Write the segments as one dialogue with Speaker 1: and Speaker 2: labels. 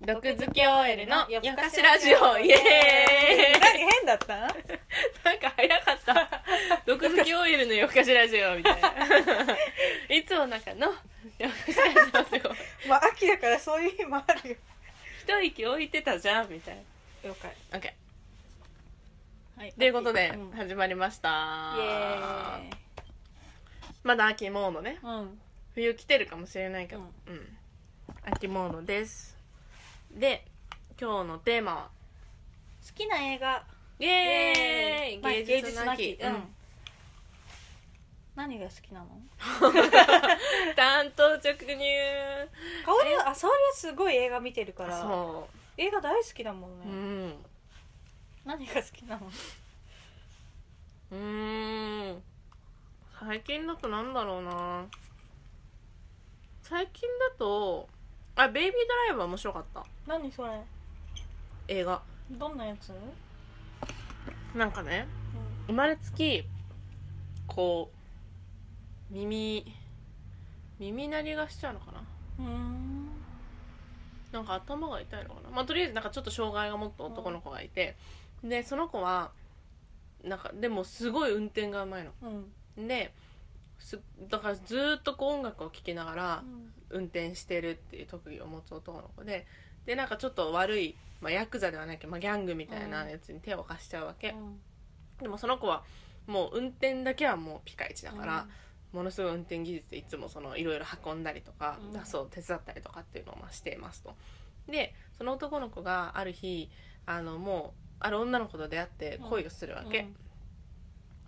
Speaker 1: 毒好き OL の夜更かしラジオ イエーイ
Speaker 2: 何変だった
Speaker 1: なん か早かった 毒好き OL の夜更かしラジオみたいないつもなんかの夜更かしラジオを
Speaker 2: まあ秋だからそういう日もあるよ
Speaker 1: 一息置いてたじゃんみたい
Speaker 2: 了解
Speaker 1: な OK
Speaker 2: はい
Speaker 1: ということで
Speaker 2: うん、イエ
Speaker 1: 始まりました
Speaker 2: ーイ
Speaker 1: まだ秋モードね
Speaker 2: うん
Speaker 1: 冬来てるかもしれないけどうん、秋モードですで今日のテーマは
Speaker 2: 好きな映画
Speaker 1: イエーイ
Speaker 2: まあ
Speaker 1: 芸術の秋
Speaker 2: 芸術の
Speaker 1: う
Speaker 2: うんん何が好きなの
Speaker 1: 担当直入
Speaker 2: 香りはあ沙織はすごい映画見てるから
Speaker 1: そ
Speaker 2: 映画大好きだもん
Speaker 1: うう
Speaker 2: ね
Speaker 1: ん
Speaker 2: 何が好きなの
Speaker 1: うーん最近だとなんだろうな最近だとあベイビードライバー面白かった
Speaker 2: 何それ
Speaker 1: 映画
Speaker 2: どんなやつ
Speaker 1: なんかね生まれつきこう耳耳鳴りがしちゃうのかな
Speaker 2: うんうん
Speaker 1: なんか頭が痛いのかなまあとりあえずなんかちょっと障害が持った男の子がいて、でその子はなんかでもすごい運転がうまいの
Speaker 2: うん
Speaker 1: ですだからずーっとこう音楽を聴きながら運転してるっていう特技を持つ男の子ででなんかちょっと悪い、まあ、ヤクザではないけど、まあ、ギャングみたいなやつに手を貸しちゃうわけ、でもその子はもう運転だけはもうピカイチだから、ものすごい運転技術でいつもそのいろいろ運んだりとか、
Speaker 2: うん
Speaker 1: だそう手伝ったりとかっていうのをまあしていますと。でその男の子がある日あのもうある女の子と出会って恋をするわけ、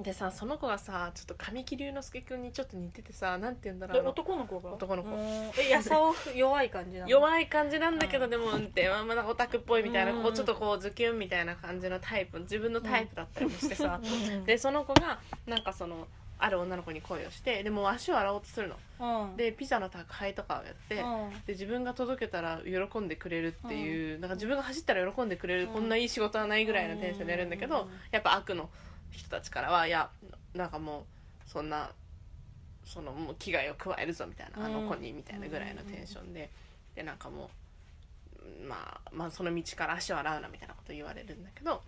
Speaker 1: でさその子がさちょっと神木隆之介君にちょっと似ててさなんて言うんだ
Speaker 2: え
Speaker 1: ろうあの
Speaker 2: 男の子が
Speaker 1: 男の子
Speaker 2: うんえやさお弱い感じなの
Speaker 1: 弱い感じなんだけど、
Speaker 2: うん
Speaker 1: でも運転はまだオタクっぽいみたいな、
Speaker 2: うん
Speaker 1: こうちょっとこうズキュンみたいな感じのタイプ自分のタイプだったりもしてさ、
Speaker 2: うん
Speaker 1: でその子がなんかそのある女の子に恋をしてでもう足を洗おうとするの
Speaker 2: うん
Speaker 1: でピザの宅配とかをやって、
Speaker 2: う
Speaker 1: で
Speaker 2: ん
Speaker 1: 自分が届けたら喜んでくれるっていう、なんか自分が走ったら喜んでくれる、
Speaker 2: うん
Speaker 1: こんないい仕事はないぐらいのテンションでやるんだけど、
Speaker 2: うん
Speaker 1: やっぱ悪の人たちからはいやなんかもうそんなそのもう危害を加えるぞみたいな、あの子にみたいなぐらいのテンションで、でなんかもう、まあ、まあその道から足を洗うなみたいなこと言われるんだけど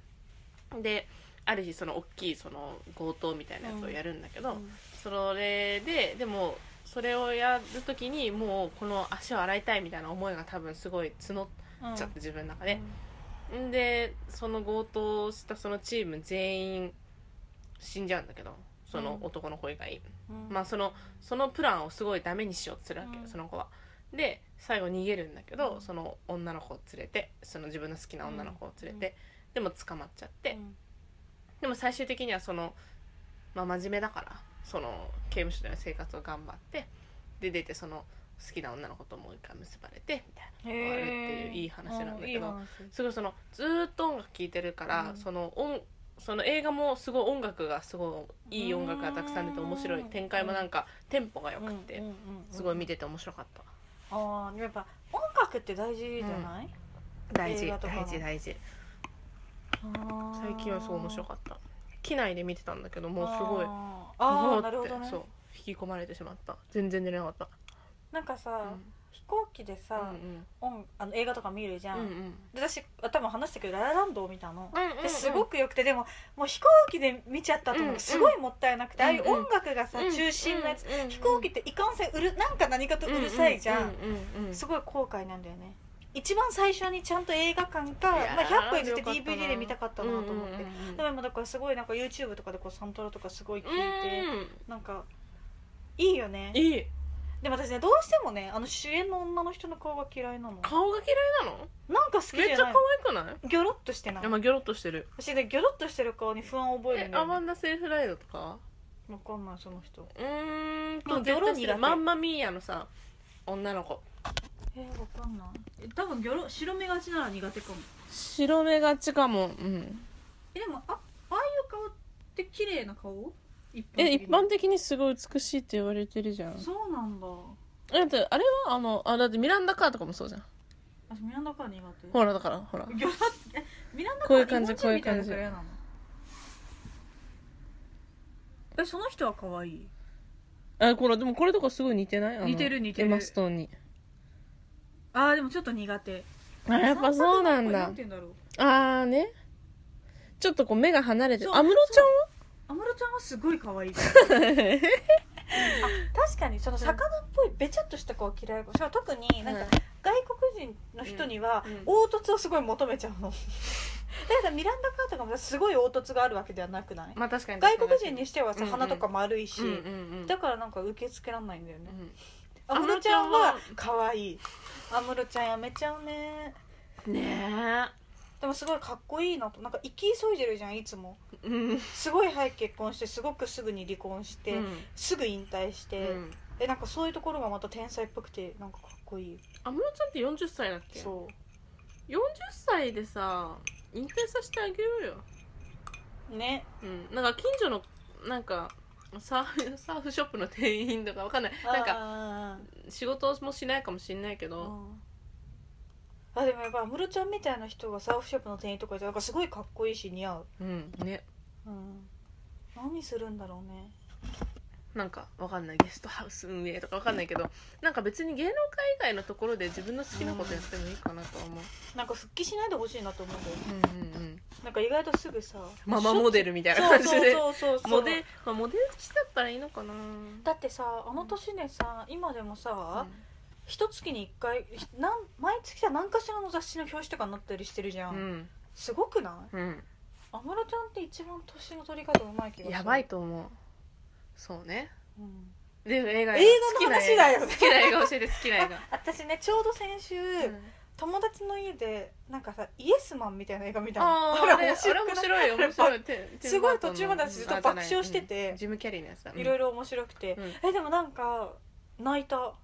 Speaker 1: である日その大きいその強盗みたいなやつをやるんだけど、それででもそれをやる時にもうこの足を洗いたいみたいな思いが多分すごい募っ
Speaker 2: うん
Speaker 1: ちゃって自分の中で、んでその強盗をしたそのチーム全員死んじゃうんだけどその
Speaker 2: うん
Speaker 1: 男の子以外、
Speaker 2: うん
Speaker 1: まあそのそのプランをすごいダメにしようとするわけよ、
Speaker 2: うん
Speaker 1: その子はで最後逃げるんだけど、
Speaker 2: うん
Speaker 1: その女の子を連れてその自分の好きな女の子を連れて、でも捕まっちゃって、
Speaker 2: うん
Speaker 1: でも最終的にはその、まあ、真面目だからその刑務所での生活を頑張ってで出てその好きな女の子ともう一回結ばれてみたいな
Speaker 2: 終
Speaker 1: わるっていういい話なんだけどすごいそのずーっと音楽聴いてるから、
Speaker 2: うん
Speaker 1: その音その映画もすごい音楽がすごいいい音楽がたくさん出て
Speaker 2: うん
Speaker 1: 面白い展開もなんかテンポが良くてすごい見てて面白かった
Speaker 2: ああーでもやっぱ音楽って大事じゃない、
Speaker 1: 大事
Speaker 2: 映画とか
Speaker 1: 大
Speaker 2: も
Speaker 1: 事大事
Speaker 2: あー
Speaker 1: 最近はそう面白かった機内で見てたんだけどもうすごい
Speaker 2: あーあ
Speaker 1: もうっ
Speaker 2: ー
Speaker 1: て
Speaker 2: なるほどね
Speaker 1: そう引き込まれてしまった全然寝れなかった
Speaker 2: なんかさ、
Speaker 1: うん
Speaker 2: 飛行機でさ、
Speaker 1: う
Speaker 2: 音あの映画とか見るじゃん、
Speaker 1: んうん
Speaker 2: で私多分話したけどララランドを見たの、
Speaker 1: うん
Speaker 2: ですご
Speaker 1: く
Speaker 2: く良くてでももう飛行機で見ちゃったと
Speaker 1: うん
Speaker 2: 思
Speaker 1: う
Speaker 2: うんすごいもったいなくて、ああいう
Speaker 1: うんうん
Speaker 2: 音楽がさ、中心のやつ、飛行機っていかんせんうるなんか何かとう
Speaker 1: う
Speaker 2: るさいじゃん、
Speaker 1: んうん
Speaker 2: すごい後悔なんだよね一番最初にちゃんと映画館か、
Speaker 1: いやー
Speaker 2: まあ、100個譲って
Speaker 1: よかったな
Speaker 2: DVD で見たかったなと思って、
Speaker 1: うんうんうん
Speaker 2: でも今だからすごいなんか YouTube とかでこうサントラとかすごい聞いて、なんかいいよね
Speaker 1: うんいい
Speaker 2: でも私ねどうしてもねあの主演の女の人の顔が嫌いなのなんか
Speaker 1: 顔が嫌いなの
Speaker 2: 好きじゃない
Speaker 1: めっちゃ可愛くない
Speaker 2: ギョロッとしてない
Speaker 1: あまあギョロッとしてる
Speaker 2: 私ねギョロッとしてる顔に不安を覚える
Speaker 1: え
Speaker 2: んだ
Speaker 1: ア
Speaker 2: よ、ね
Speaker 1: マ、ンダ・セーフライドとか
Speaker 2: わかんないその人
Speaker 1: うーん
Speaker 2: もうギョロ苦手
Speaker 1: マンマミーヤのさ女の子
Speaker 2: えー、わかんないえ多分ギョロ白目がちなら苦手かも
Speaker 1: 白目がちかもうん
Speaker 2: えでもあああいう顔って綺麗な顔一般
Speaker 1: え一般的にすごい美しいって言われてるじゃん
Speaker 2: そうなんだ
Speaker 1: えだってあれはあのあだってミランダ・カーとかもそうじゃん
Speaker 2: 私ミランダカー苦手
Speaker 1: ほらだからほら
Speaker 2: ギョロえミランダ
Speaker 1: こういう感じ
Speaker 2: 日本人みたな
Speaker 1: こういう感じ
Speaker 2: の嫌なのえその人は可愛い
Speaker 1: あこれでもこれとかすごい似てないあの
Speaker 2: 似てる似てる
Speaker 1: エマストーンに
Speaker 2: あーでもちょっと苦手
Speaker 1: あやっぱそうなん
Speaker 2: な
Speaker 1: だ
Speaker 2: んて言うんだろう
Speaker 1: ああねちょっとこう目が離れて
Speaker 2: そう
Speaker 1: 安室ち
Speaker 2: 安室ちゃんはすごい可愛いあ
Speaker 1: ゃ んは
Speaker 2: 確かにその魚っぽいべちゃっとした子は嫌いかもしれない特になんか外国人の人には
Speaker 1: うんうん
Speaker 2: 凹凸をすごい求めちゃうの だからミランダ・カーとかもすごい凹凸があるわけではなくない
Speaker 1: まあ確かに
Speaker 2: 外国人にしてはさ
Speaker 1: うんうん
Speaker 2: 鼻とか丸いし
Speaker 1: うんうんうん
Speaker 2: だからなんか受け付けられないんだよね
Speaker 1: うん
Speaker 2: 安室ちゃんは可愛い安室ちゃんやめちゃうね
Speaker 1: うんね
Speaker 2: でもすごいかっこいいなとなんか生き急いでるじゃんいつも
Speaker 1: えうん
Speaker 2: すごい早く結婚してすごくすぐに離婚して、
Speaker 1: うん
Speaker 2: すぐ引退して、
Speaker 1: うん
Speaker 2: えなんかそういうところがまた天才っぽくてなんかかっこいい
Speaker 1: 安室ちゃんって40歳だっけ
Speaker 2: そ
Speaker 1: 40歳でさ引退させてあげようよ
Speaker 2: うね
Speaker 1: うんなんか近所のなんかサーフ サーフショップの店員とかわかんないなんか
Speaker 2: か
Speaker 1: 仕事もしないかもしんないけ
Speaker 2: あ
Speaker 1: ど
Speaker 2: ーあでもやっぱ安室ちゃんみたいな人がサーフショップの店員とかいてなんかすごいかっこいいし似合う、
Speaker 1: うんね
Speaker 2: うん、何するんだろうね
Speaker 1: なんかわかんないゲストハウス運営とかわかんないけどなんか別に芸能界以外のところで自分の好きなことやってもいいかなとは思う
Speaker 2: なんか復帰しないでほしいなと思うんだよね
Speaker 1: うんうんうん
Speaker 2: なんか意外とすぐさ
Speaker 1: ママモデルみたいな
Speaker 2: そう
Speaker 1: 感じで
Speaker 2: そうそうそう
Speaker 1: モデまあモデルしてだったらいいのかな
Speaker 2: だってさあの年でさ今でもさ一月に一回ひなん毎月さ何かしらの雑誌の表紙とかになったりしてるじゃ、
Speaker 1: うんん
Speaker 2: すごくな
Speaker 1: う
Speaker 2: い
Speaker 1: ん
Speaker 2: 安室ちゃんって一番年の取り方うまい気がする
Speaker 1: やばい、と思うそうね
Speaker 2: うん
Speaker 1: で映画
Speaker 2: 映画の話だよね
Speaker 1: 好きな映画好きな映画教えて好きな映画
Speaker 2: 私ね ちょうど先週、友達の家でなんかさイエスマンみたいな映画見た
Speaker 1: あ
Speaker 2: の
Speaker 1: ああれ面
Speaker 2: くない
Speaker 1: 白いよ面白いテンテン
Speaker 2: すごい
Speaker 1: バートンの
Speaker 2: 途中まで私ずっと
Speaker 1: あじゃない
Speaker 2: 爆笑してて
Speaker 1: うんジム・キャリーのやつだ
Speaker 2: いろいろ面白くて、えでもなんか泣いた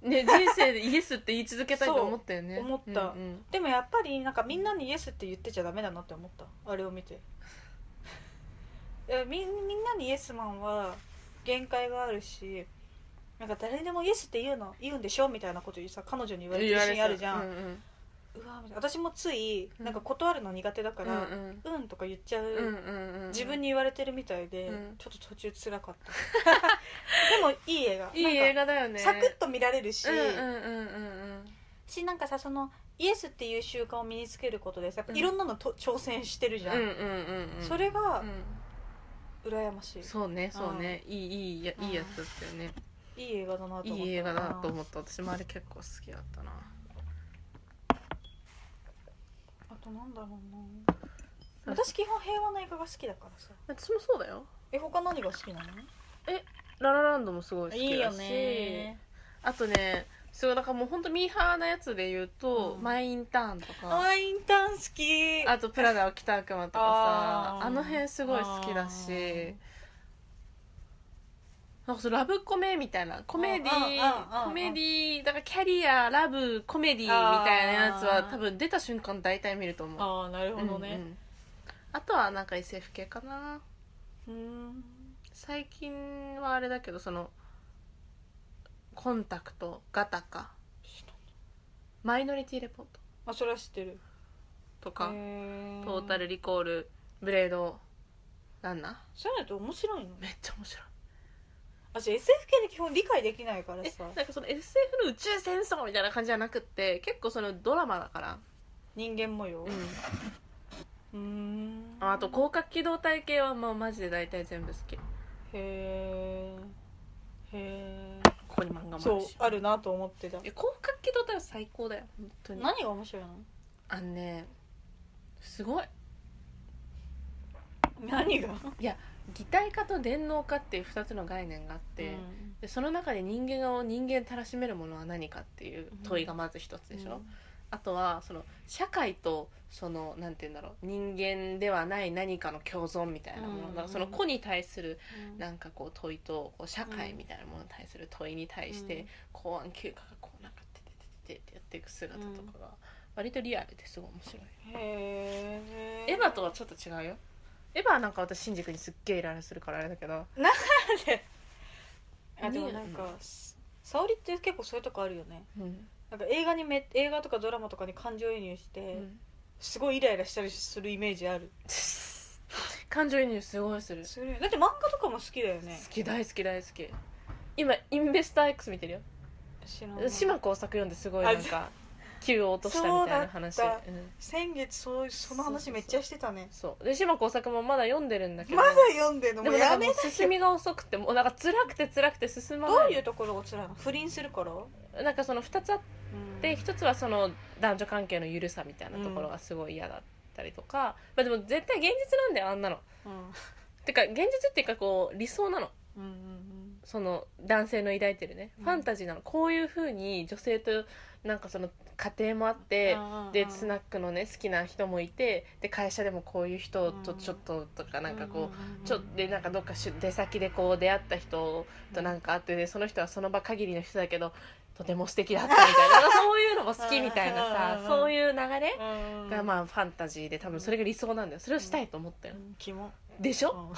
Speaker 1: ね人生でイエスって言い続けたいと思ったよね
Speaker 2: そう思った
Speaker 1: うんうん
Speaker 2: でもやっぱりなんかみんなにイエスって言ってちゃダメだなって思ったあれを見てえみみんなにイエスマンは限界があるしなんか誰でもイエスって言うの言うんでしょみたいなことさ彼女に言われてるシーンあるじゃん、
Speaker 1: う
Speaker 2: う
Speaker 1: うん
Speaker 2: わみたいな私もつい
Speaker 1: うん
Speaker 2: なんか断るの苦手だか
Speaker 1: う
Speaker 2: ら、
Speaker 1: ん
Speaker 2: うん、とか言っちゃう、
Speaker 1: うんうんうんうん
Speaker 2: 自分に言われてるみたいで、
Speaker 1: うん
Speaker 2: ちょっと途中つらかった でもいい映画
Speaker 1: いい映
Speaker 2: なんか
Speaker 1: 画だよね
Speaker 2: サクッと見られるし、
Speaker 1: うんうんうんうん
Speaker 2: しなんかさそのイエスっていう習慣を身につけることでさ、
Speaker 1: うん
Speaker 2: いろんなのと挑戦してるじゃん、
Speaker 1: うんうんうんうん
Speaker 2: それが
Speaker 1: うん
Speaker 2: 羨ましい、
Speaker 1: そうねそうねいいいいや
Speaker 2: うん
Speaker 1: いいやつだったよね
Speaker 2: いい映画だなと思った
Speaker 1: いい映画だなと思った私もあれ結構好きだったな
Speaker 2: あとなんだろうな私基本平和な映画が好きだからさ
Speaker 1: 私もそうだよ
Speaker 2: え他何が好きな
Speaker 1: ララランドもすごい
Speaker 2: の
Speaker 1: 好
Speaker 2: いい
Speaker 1: き
Speaker 2: よ
Speaker 1: だし
Speaker 2: ね
Speaker 1: あとねそうだからもう本当ミーハーなやつで言うと、
Speaker 2: うん
Speaker 1: マイインターンと
Speaker 2: あ
Speaker 1: か
Speaker 2: ーインターン好き
Speaker 1: あとプラダを着た悪魔とかさあ
Speaker 2: あー
Speaker 1: の辺すごい好きだ
Speaker 2: あ
Speaker 1: し
Speaker 2: ー
Speaker 1: なんかそうラブコメみたいなコメディ
Speaker 2: うんうんうんうん
Speaker 1: コメディだからキャリアラブコメディみたいなやつ
Speaker 2: あ
Speaker 1: は
Speaker 2: ー
Speaker 1: 多分出た瞬間大体見ると思う
Speaker 2: ああなるほどね
Speaker 1: うんうんあとはなんか SF 系かな
Speaker 2: うん
Speaker 1: 最近はあれだけどそのコンタクトガタカマイノリティレポート
Speaker 2: あそれは知ってる
Speaker 1: とか、
Speaker 2: へ
Speaker 1: トータルリコールブレードランナー
Speaker 2: そういうのって面白いの
Speaker 1: めっちゃ面白い
Speaker 2: 私 SF 系で基本理解できないから
Speaker 1: え
Speaker 2: さ
Speaker 1: なんかその SF の宇宙戦争みたいな感じじゃなくって結構そのドラマだから、
Speaker 2: 人間模様
Speaker 1: うん、
Speaker 2: うーん
Speaker 1: あと広角機動隊系はもうマジで大体全部好きこ
Speaker 2: へえへ
Speaker 1: こに漫画
Speaker 2: え
Speaker 1: も
Speaker 2: そう
Speaker 1: るし
Speaker 2: あるなと思ってた
Speaker 1: いや広角機動隊は最高だよ本当に
Speaker 2: 何が面白いの
Speaker 1: あのねすごい
Speaker 2: 何が
Speaker 1: 擬態化と電脳化っていう2つの概念があって、
Speaker 2: うん
Speaker 1: でその中で人間を人間たらしめるものは何かっていう問いがまず一つでしょ、あとはその社会とそのなんて言うんだろう人間ではない何かの共存みたいなもの、
Speaker 2: うん
Speaker 1: だからその子に対する
Speaker 2: うん
Speaker 1: なんかこう問いとこう社会みたいなものに対する問いに対して、公安休暇がこうなんかてててててってやっていく姿とかが割とリアルですごい面白い、
Speaker 2: へえ
Speaker 1: エヴァとはちょっと違うよエヴァはなんか私新宿にすっげえイライラするからあれだけど
Speaker 2: あでもなんか沙織って結構そういうとこあるよね
Speaker 1: うん、
Speaker 2: なんか映画にめ映画とかドラマとかに感情移入して、
Speaker 1: うん
Speaker 2: すごいイライラしたりするイメージある
Speaker 1: 感情移入すごいする
Speaker 2: するよだって漫画とかも好きだよね
Speaker 1: 好き大好き大好き今インベスター X 見てるよ
Speaker 2: 知らない
Speaker 1: 島耕作読んですごいなんか球を落としたみたいな話
Speaker 2: そうだっ
Speaker 1: うん
Speaker 2: 先月そうその話めっちゃしてたね
Speaker 1: そうで島耕作もまだ読んでるんだけど
Speaker 2: まだ読んでんの
Speaker 1: でも
Speaker 2: もう
Speaker 1: な
Speaker 2: や
Speaker 1: んか
Speaker 2: め
Speaker 1: もう進みが遅くてもうなんか辛くて辛くて進ま
Speaker 2: ど
Speaker 1: な
Speaker 2: う
Speaker 1: い
Speaker 2: いうところが辛いの不倫するから、
Speaker 1: なんかその2つあっ
Speaker 2: うん
Speaker 1: て1つはその男女関係の緩さみたいなところがすごい嫌だったりとか、まあ、でも絶対現実なんだよあんなの
Speaker 2: うん
Speaker 1: てか現実っていうかこう理想なの
Speaker 2: うんうん
Speaker 1: その男性の抱いてるね、
Speaker 2: うん
Speaker 1: ファンタジーなのこういうふうに女性となんかその家庭もあって、
Speaker 2: うん
Speaker 1: でスナ
Speaker 2: っ
Speaker 1: ックのね好きな人もいてで会社でもこういう人とちょっととかなんかこう、ちょでなんかどっかし出先でこう出会った人となんかあってでその人はその場限りの人だけどとても素敵だったみたいな なんかそういうのも好きみたいなさ
Speaker 2: うん
Speaker 1: そういう流れ
Speaker 2: うん
Speaker 1: がまあファンタジーで多分それが理想なんだよそれをしたいと思ったよ
Speaker 2: うんキモ
Speaker 1: でしょ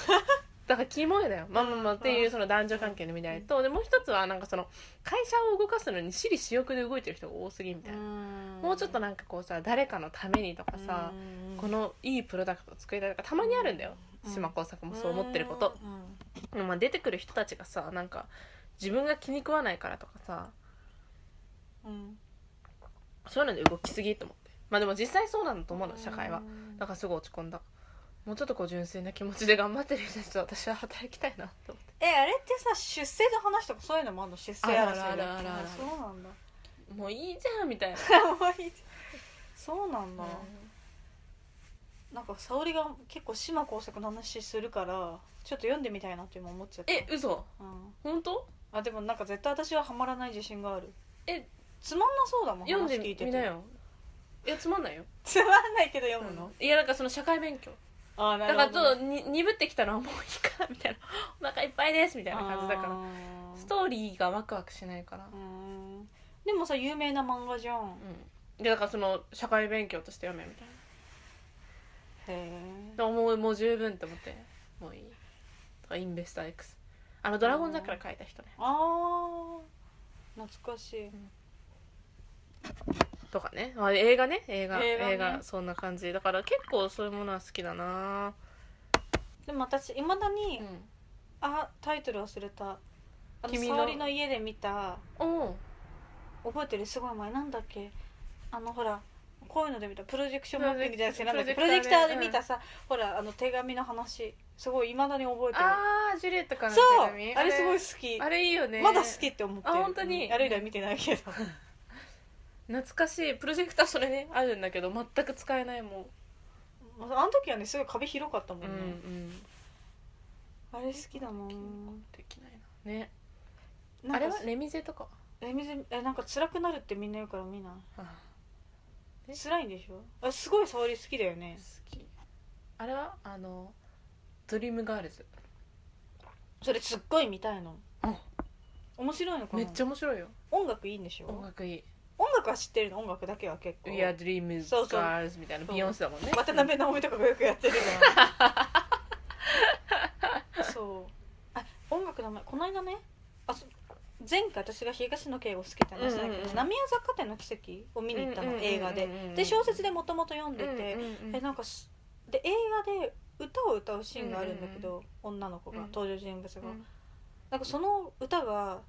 Speaker 1: だからキモいだよまあまあまあっていうその男女関係の未来とでもう一つはなんかその会社を動かすのに私利私欲で動いてる人が多すぎみたいなもうちょっと
Speaker 2: な
Speaker 1: なんかこうさ誰かのためにとかさこのいいプロダクトを作りたいとかたまにあるんだよ島耕作もそう思ってることまあ、出てくる人たちがさなんか自分が気に食わないからとかさそういうので動きすぎと思ってまあでも実際そうなんだと思うの社会はだからすごい落ち込んだもうちょっとこう純粋な気持ちで頑張ってる人たちと私は働きたいなと思って
Speaker 2: えあれってさ出世の話とかそういうのもあるの出世争い
Speaker 1: あるあるあるある
Speaker 2: そうなんだ
Speaker 1: もういいじゃんみたいな、
Speaker 2: そうなんだなんか沙織が結構島耕作の話するからちょっと読んでみたいなって今思っちゃった
Speaker 1: え嘘
Speaker 2: うん
Speaker 1: 本当
Speaker 2: あでもなんか絶対私はハマらない自信がある
Speaker 1: え
Speaker 2: つまんなそうだもん
Speaker 1: 読んで
Speaker 2: 話聞いて
Speaker 1: み
Speaker 2: て
Speaker 1: なよいやつまんないよ、
Speaker 2: つまんないけど読むの、
Speaker 1: いやなんかその社会勉強
Speaker 2: ああな
Speaker 1: だからちょっとに鈍ってきたのはもういいかみたいな お腹いっぱいですみたいな感じだから
Speaker 2: ら
Speaker 1: ストーリーがワクワクしないから
Speaker 2: うんでもさ有名な漫画じゃ
Speaker 1: う
Speaker 2: ん
Speaker 1: ん、でだからその社会勉強として読めみたいな
Speaker 2: へ
Speaker 1: だからもうもう十分と思ってもういいとかインベスター X あの「ドラゴン桜」書いた人ね
Speaker 2: あー懐かしい
Speaker 1: とかねあ映画ね映画
Speaker 2: 映
Speaker 1: 映
Speaker 2: 画
Speaker 1: 画,、
Speaker 2: ね
Speaker 1: そんな感じだから結構そういうものは好きだな
Speaker 2: でも私いまだに、
Speaker 1: ん
Speaker 2: あタイトル忘れたあの
Speaker 1: 君
Speaker 2: 沙
Speaker 1: の
Speaker 2: 織の家で見た
Speaker 1: おう
Speaker 2: 覚えてるすごい前なんだっけあのほらこういうので見たプロジェクションマッピングじゃなくてなんだっけ
Speaker 1: プ
Speaker 2: プロ
Speaker 1: ロジ
Speaker 2: ジェ
Speaker 1: ェ
Speaker 2: ク
Speaker 1: ク
Speaker 2: タ
Speaker 1: タ
Speaker 2: ー
Speaker 1: ーで
Speaker 2: で
Speaker 1: ね
Speaker 2: 見たさ、ほらあの手紙の話すごいいまだに覚えてる
Speaker 1: あージュリエットからの
Speaker 2: そうあ
Speaker 1: 手紙
Speaker 2: れすごい好き
Speaker 1: あれいいよね
Speaker 2: まだ好きって思ってる
Speaker 1: あ本当に
Speaker 2: うんあれ以来見てないけど
Speaker 1: 懐かしいプロジェクターそれねある んだけど全く使えないも
Speaker 2: あの時はねすごい壁広かったも
Speaker 1: ん
Speaker 2: ん
Speaker 1: ん
Speaker 2: ね、あれ好きだもん
Speaker 1: できないなね
Speaker 2: なんか
Speaker 1: あれはレミゼとか
Speaker 2: えみずえなんか辛くなるってみんな言うから見な
Speaker 1: あ
Speaker 2: い
Speaker 1: え
Speaker 2: 辛いんでしょあすごい沙織好きだよね
Speaker 1: 好きあれはあのドリームガールズ
Speaker 2: それすっごい見たいの
Speaker 1: うん
Speaker 2: 面白いのかな
Speaker 1: めっちゃ面白いよ
Speaker 2: 音楽いいんでしょ
Speaker 1: 音楽いい
Speaker 2: 音楽は知ってるの音楽だけは結
Speaker 1: 「
Speaker 2: 構
Speaker 1: We are dreams
Speaker 2: そうそう
Speaker 1: girls」みたいな
Speaker 2: そう
Speaker 1: ビヨンセだもんね
Speaker 2: 渡辺直美とかがよくやってる からそうあ音楽の名前この間ねあそ前回私が東野圭吾好きって話した
Speaker 1: う
Speaker 2: んだけど、
Speaker 1: んうんうん
Speaker 2: 浪江雑貨店の奇跡を見に行ったの、映画で、で小説でもともと読んでて、えなんかすで映画で歌を歌うシーンがあるんだけど、女の子が、
Speaker 1: うん
Speaker 2: 登場人物が、なんかその歌が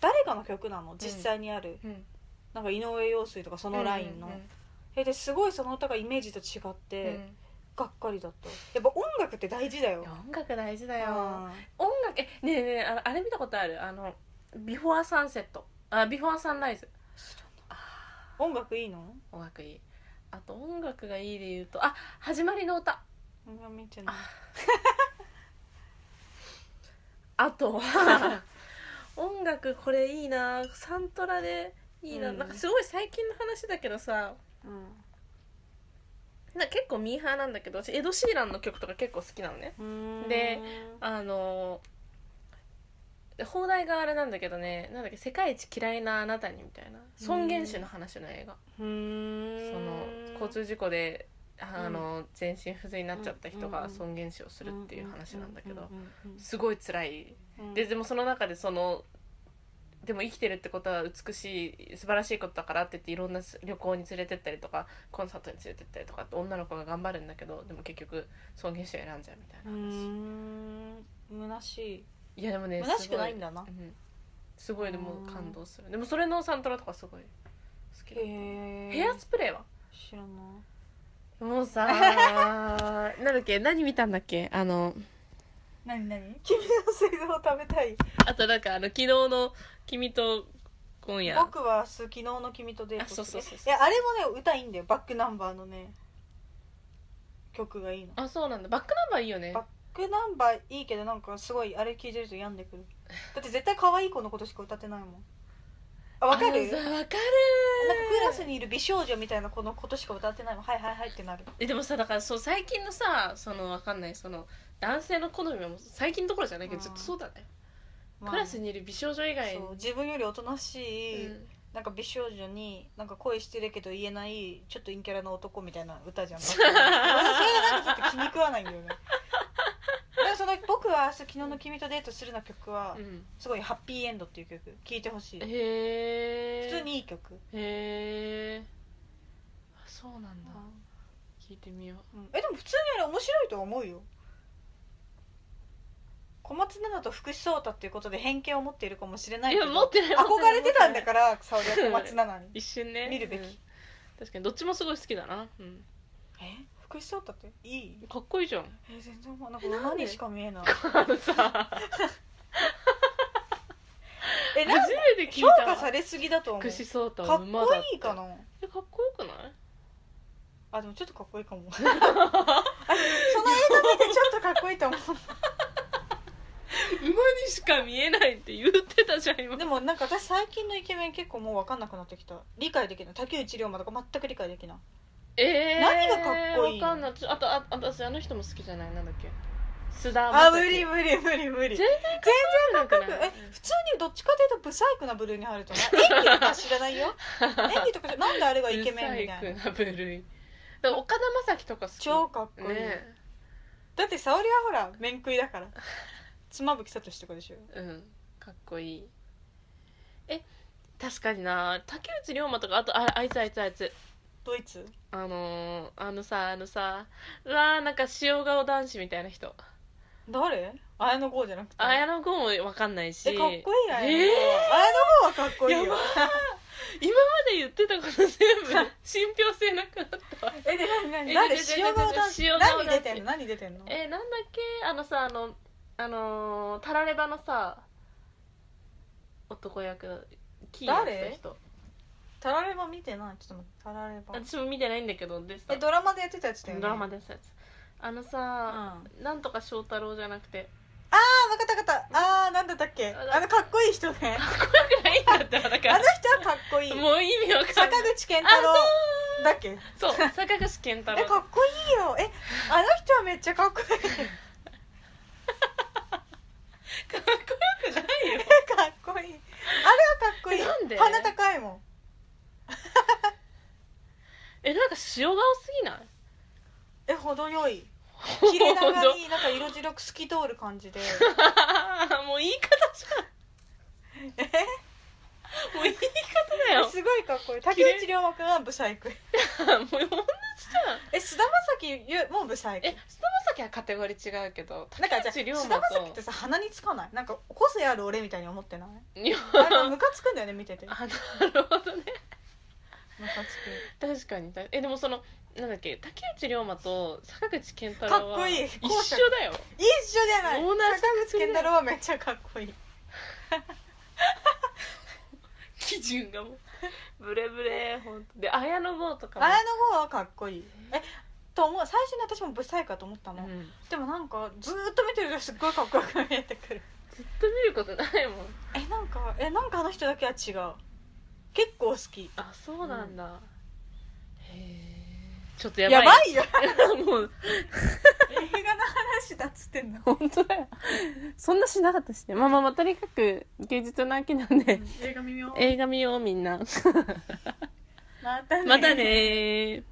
Speaker 2: 誰かの曲なの実際にある、なんか井上陽水とかそ
Speaker 1: こ
Speaker 2: のラインの、えですごいその歌がイメージと違って、がっかりだったやっぱ音楽って大事だよ
Speaker 1: 音楽大事だ
Speaker 2: う
Speaker 1: よ
Speaker 2: ん
Speaker 1: 音楽えねえねえねえあのあれ見たことあるあの「ビフォーサンセット」あ「ビフォーサンライズ」
Speaker 2: 音楽いいの
Speaker 1: 音楽いいあと音楽がいいで言うとあ始まりの歌
Speaker 2: あんま見てない
Speaker 1: あと は音楽これいいなサントラでいいな,、
Speaker 2: うん
Speaker 1: なんかすごい最近の話だけどさなんか結構ミーハーなんだけど私エド・シーランの曲とか結構好きなのね
Speaker 2: うん
Speaker 1: であのー放題があれなんだけどねなんだっけ「世界一嫌いなあなたに」みたいな孫元主の話の映画、
Speaker 2: うーん
Speaker 1: その交通事故であの全身不随になっちゃった人が孫元主をするっていう話なんだけど
Speaker 2: うんうんうん
Speaker 1: すごい辛い
Speaker 2: うん
Speaker 1: ででもその中でそのでも生きてるってことは美しい素晴らしいことだからって言っていろんな旅行に連れてったりとかコンサートに連れてったりとかって女の子が頑張るんだけどでも結局尊厳主を選んじゃうみたいうな話、
Speaker 2: ん虚しい
Speaker 1: いやでもね
Speaker 2: 虚し
Speaker 1: す
Speaker 2: く
Speaker 1: ご
Speaker 2: ないんだな
Speaker 1: うんすごいでも感動するでもそれのサントラとかすごい好きだ
Speaker 2: へえ
Speaker 1: へヘアスプレーは
Speaker 2: 知らない
Speaker 1: もう さなんだっけ何見たんだっけあの
Speaker 2: 何何君の水道を食べたい
Speaker 1: あとなんかあの昨日の君と今夜
Speaker 2: 僕は明日昨日の君とデートする
Speaker 1: あそうそうそうそう
Speaker 2: いやあれもね歌いいんだよバックナンバーのね曲がいいのバ
Speaker 1: あそうなんだバックナンバーいいよね
Speaker 2: バックナンバーいいけどなんかすごいあれ聴いてると病んでくるだって絶対可愛い子のことしか歌ってないもんあわ
Speaker 1: あ
Speaker 2: かるな
Speaker 1: の
Speaker 2: ん
Speaker 1: さ
Speaker 2: か
Speaker 1: わかる
Speaker 2: クラスにいる美少女みたいな子のことしか歌ってないもんはいはいはいってなる
Speaker 1: えでもさだからそう最近のさそのわかんないその男性の好みはもう最近どころじゃないけど
Speaker 2: うん
Speaker 1: ずっとそうだね、
Speaker 2: まあ
Speaker 1: クラスにいる美少女以外
Speaker 2: そう自分よりおとなし
Speaker 1: う
Speaker 2: い、
Speaker 1: ん
Speaker 2: なんか美少女になんか恋してるけど言えないちょっと陰キャラの男みたいな 歌じゃんそれがなんかちょっと気に食わないんだよねでもその僕は昨日の「君とデートする」の曲は
Speaker 1: うん
Speaker 2: すごい「ハッピーエンド」っていう曲聴いてほしい
Speaker 1: へえ
Speaker 2: 普通にいい曲、
Speaker 1: へえそうなんだ聞いてみよう
Speaker 2: うんえでも普通にあれ面白いと思うよ小松菜奈と福士蒼汰っていうことで偏見を持っているかもしれない
Speaker 1: い
Speaker 2: け
Speaker 1: や
Speaker 2: ど
Speaker 1: 持ってない持っ
Speaker 2: 憧れてたん
Speaker 1: 持
Speaker 2: だ
Speaker 1: っ
Speaker 2: から沙織は小松菜奈 に
Speaker 1: 一瞬ね
Speaker 2: 見るべ
Speaker 1: う
Speaker 2: き
Speaker 1: ん確かにどっちもすごい好きだな、うん、
Speaker 2: え福士蒼汰っていい
Speaker 1: かっこいいじゃん
Speaker 2: え全然思わない
Speaker 1: え
Speaker 2: なんか
Speaker 1: なん
Speaker 2: 馬
Speaker 1: で
Speaker 2: にしか見えない
Speaker 1: あのさ
Speaker 2: えなん
Speaker 1: 初
Speaker 2: で
Speaker 1: めて聞い
Speaker 2: 評
Speaker 1: た
Speaker 2: 価されすぎ だと思う
Speaker 1: 福士蒼汰
Speaker 2: か
Speaker 1: は
Speaker 2: っ
Speaker 1: 馬だ
Speaker 2: こ
Speaker 1: て
Speaker 2: いいかな
Speaker 1: えかっこよくない
Speaker 2: あでもちょっとかっこいいかも あその映画見てちょっとかっこいいと思
Speaker 1: 馬にしか見えないって言ってたじゃん今
Speaker 2: うでもなんか私最近のイケメン結構もう分かんなくなってきた理解できない竹内涼真とか全く理解できない
Speaker 1: えー、
Speaker 2: 何がかっこいいの
Speaker 1: わかんないちょあとああ私あの人も好きじゃないなんだっけ須田
Speaker 2: あ
Speaker 1: 将
Speaker 2: 無
Speaker 1: 暉
Speaker 2: 理無理無理無理
Speaker 1: 全然かっこよくない
Speaker 2: え普通にどっちかというとブサイクな部類に入ると思う演技とか知らな いよ演技とか知らなんであれがイケメンみたいな
Speaker 1: な部類だから岡田将生とか好き
Speaker 2: 超かっこいい、
Speaker 1: ね
Speaker 2: だって沙織はほら面食いだから妻夫木聡とかでしょ
Speaker 1: うんかっこいいえ確かにな竹内涼真とかあとああいつあいつあいつ
Speaker 2: ドイツ
Speaker 1: あのー、あのさあのさうわーなんか塩顔男子みたいな人
Speaker 2: 誰綾野剛じゃなくて
Speaker 1: 綾野剛もわかんないし
Speaker 2: えかっこいいやん、
Speaker 1: えー
Speaker 2: あの方はかっこいい
Speaker 1: や
Speaker 2: よ
Speaker 1: ば今まで言ってたこと 全部信憑性なくなったわ
Speaker 2: えで何何
Speaker 1: え
Speaker 2: 誰
Speaker 1: ちょちょ
Speaker 2: 塩顔男子
Speaker 1: ちょちょ塩顔
Speaker 2: 何
Speaker 1: 男子
Speaker 2: 出てんの何出てんの
Speaker 1: えなんだっけあのさあのあのータラレバのさ男役キーやってた人
Speaker 2: タラレバ見てないちょっと待ってタラレバ
Speaker 1: 私も見てないんだけどでさ
Speaker 2: えドラマでやってたやつだよね
Speaker 1: ドラマ
Speaker 2: で
Speaker 1: ですやつあの
Speaker 2: うん
Speaker 1: さ、
Speaker 2: あ
Speaker 1: なんとか翔太郎じゃなくて
Speaker 2: ー分かった分かったあーなんだったっけあのかっこいい人ね
Speaker 1: かっこよくないんだってだか
Speaker 2: あの
Speaker 1: ら
Speaker 2: 人はかっこいい
Speaker 1: もう意味わかん
Speaker 2: 坂
Speaker 1: ない
Speaker 2: 口健太郎だっけえ
Speaker 1: そう坂口健太郎
Speaker 2: かっこいいよえあの人はめっちゃか っこいい
Speaker 1: かっこよくないよ
Speaker 2: かっこいいあれはかっこいい
Speaker 1: えなんで
Speaker 2: 鼻高いもん
Speaker 1: えなんか塩顔すぎない
Speaker 2: え程 よい切れ長になんか色白く透き通る感 じで
Speaker 1: もう言い方じゃんもう言い方だ よ
Speaker 2: すごいかっこいい竹内涼真君はブサイク
Speaker 1: もう同じじ
Speaker 2: え菅田将暉ゆもブサイ
Speaker 1: ゃん
Speaker 2: ク
Speaker 1: え須田将暉はカテゴリー違うけど
Speaker 2: なんかじゃあ
Speaker 1: 竹
Speaker 2: 菅
Speaker 1: 内涼
Speaker 2: 田
Speaker 1: 真
Speaker 2: 将暉っ
Speaker 1: と
Speaker 2: てさ鼻につかないなんか個性ある俺みたいに 思ってない
Speaker 1: いや
Speaker 2: あれムカつくんだよね見ててムカ
Speaker 1: あなるほどね
Speaker 2: つ
Speaker 1: 確かにえでもそのなんだっけ竹内涼真と坂口健太
Speaker 2: くかっ
Speaker 1: 郎
Speaker 2: こ
Speaker 1: はい
Speaker 2: い
Speaker 1: 一
Speaker 2: 後者
Speaker 1: 緒だよ
Speaker 2: 一緒じゃない
Speaker 1: 同じ
Speaker 2: 坂口健太郎はめっちゃかっこいい
Speaker 1: 基準がもうブレブレ本当で綾野剛とかも
Speaker 2: 綾野剛はかっこいいえと思う最初に私もブサイクだと思ったの、
Speaker 1: うん
Speaker 2: でもなんかずーっと見てるとすっごいかっこよく見えてくる
Speaker 1: ずっと見ることないもん
Speaker 2: えなんかえなんかあの人だけは違う結構好き
Speaker 1: あそうなんだ、へえちょっと
Speaker 2: や
Speaker 1: や
Speaker 2: ば
Speaker 1: ば
Speaker 2: い
Speaker 1: い
Speaker 2: よ
Speaker 1: もう
Speaker 2: 映画の話だっつってんの、
Speaker 1: 本当だよそんなしなかったしねまあまあまあとにかく芸術の秋なんで、
Speaker 2: 映画見よう
Speaker 1: 映画見ようみんな
Speaker 2: またね
Speaker 1: またねー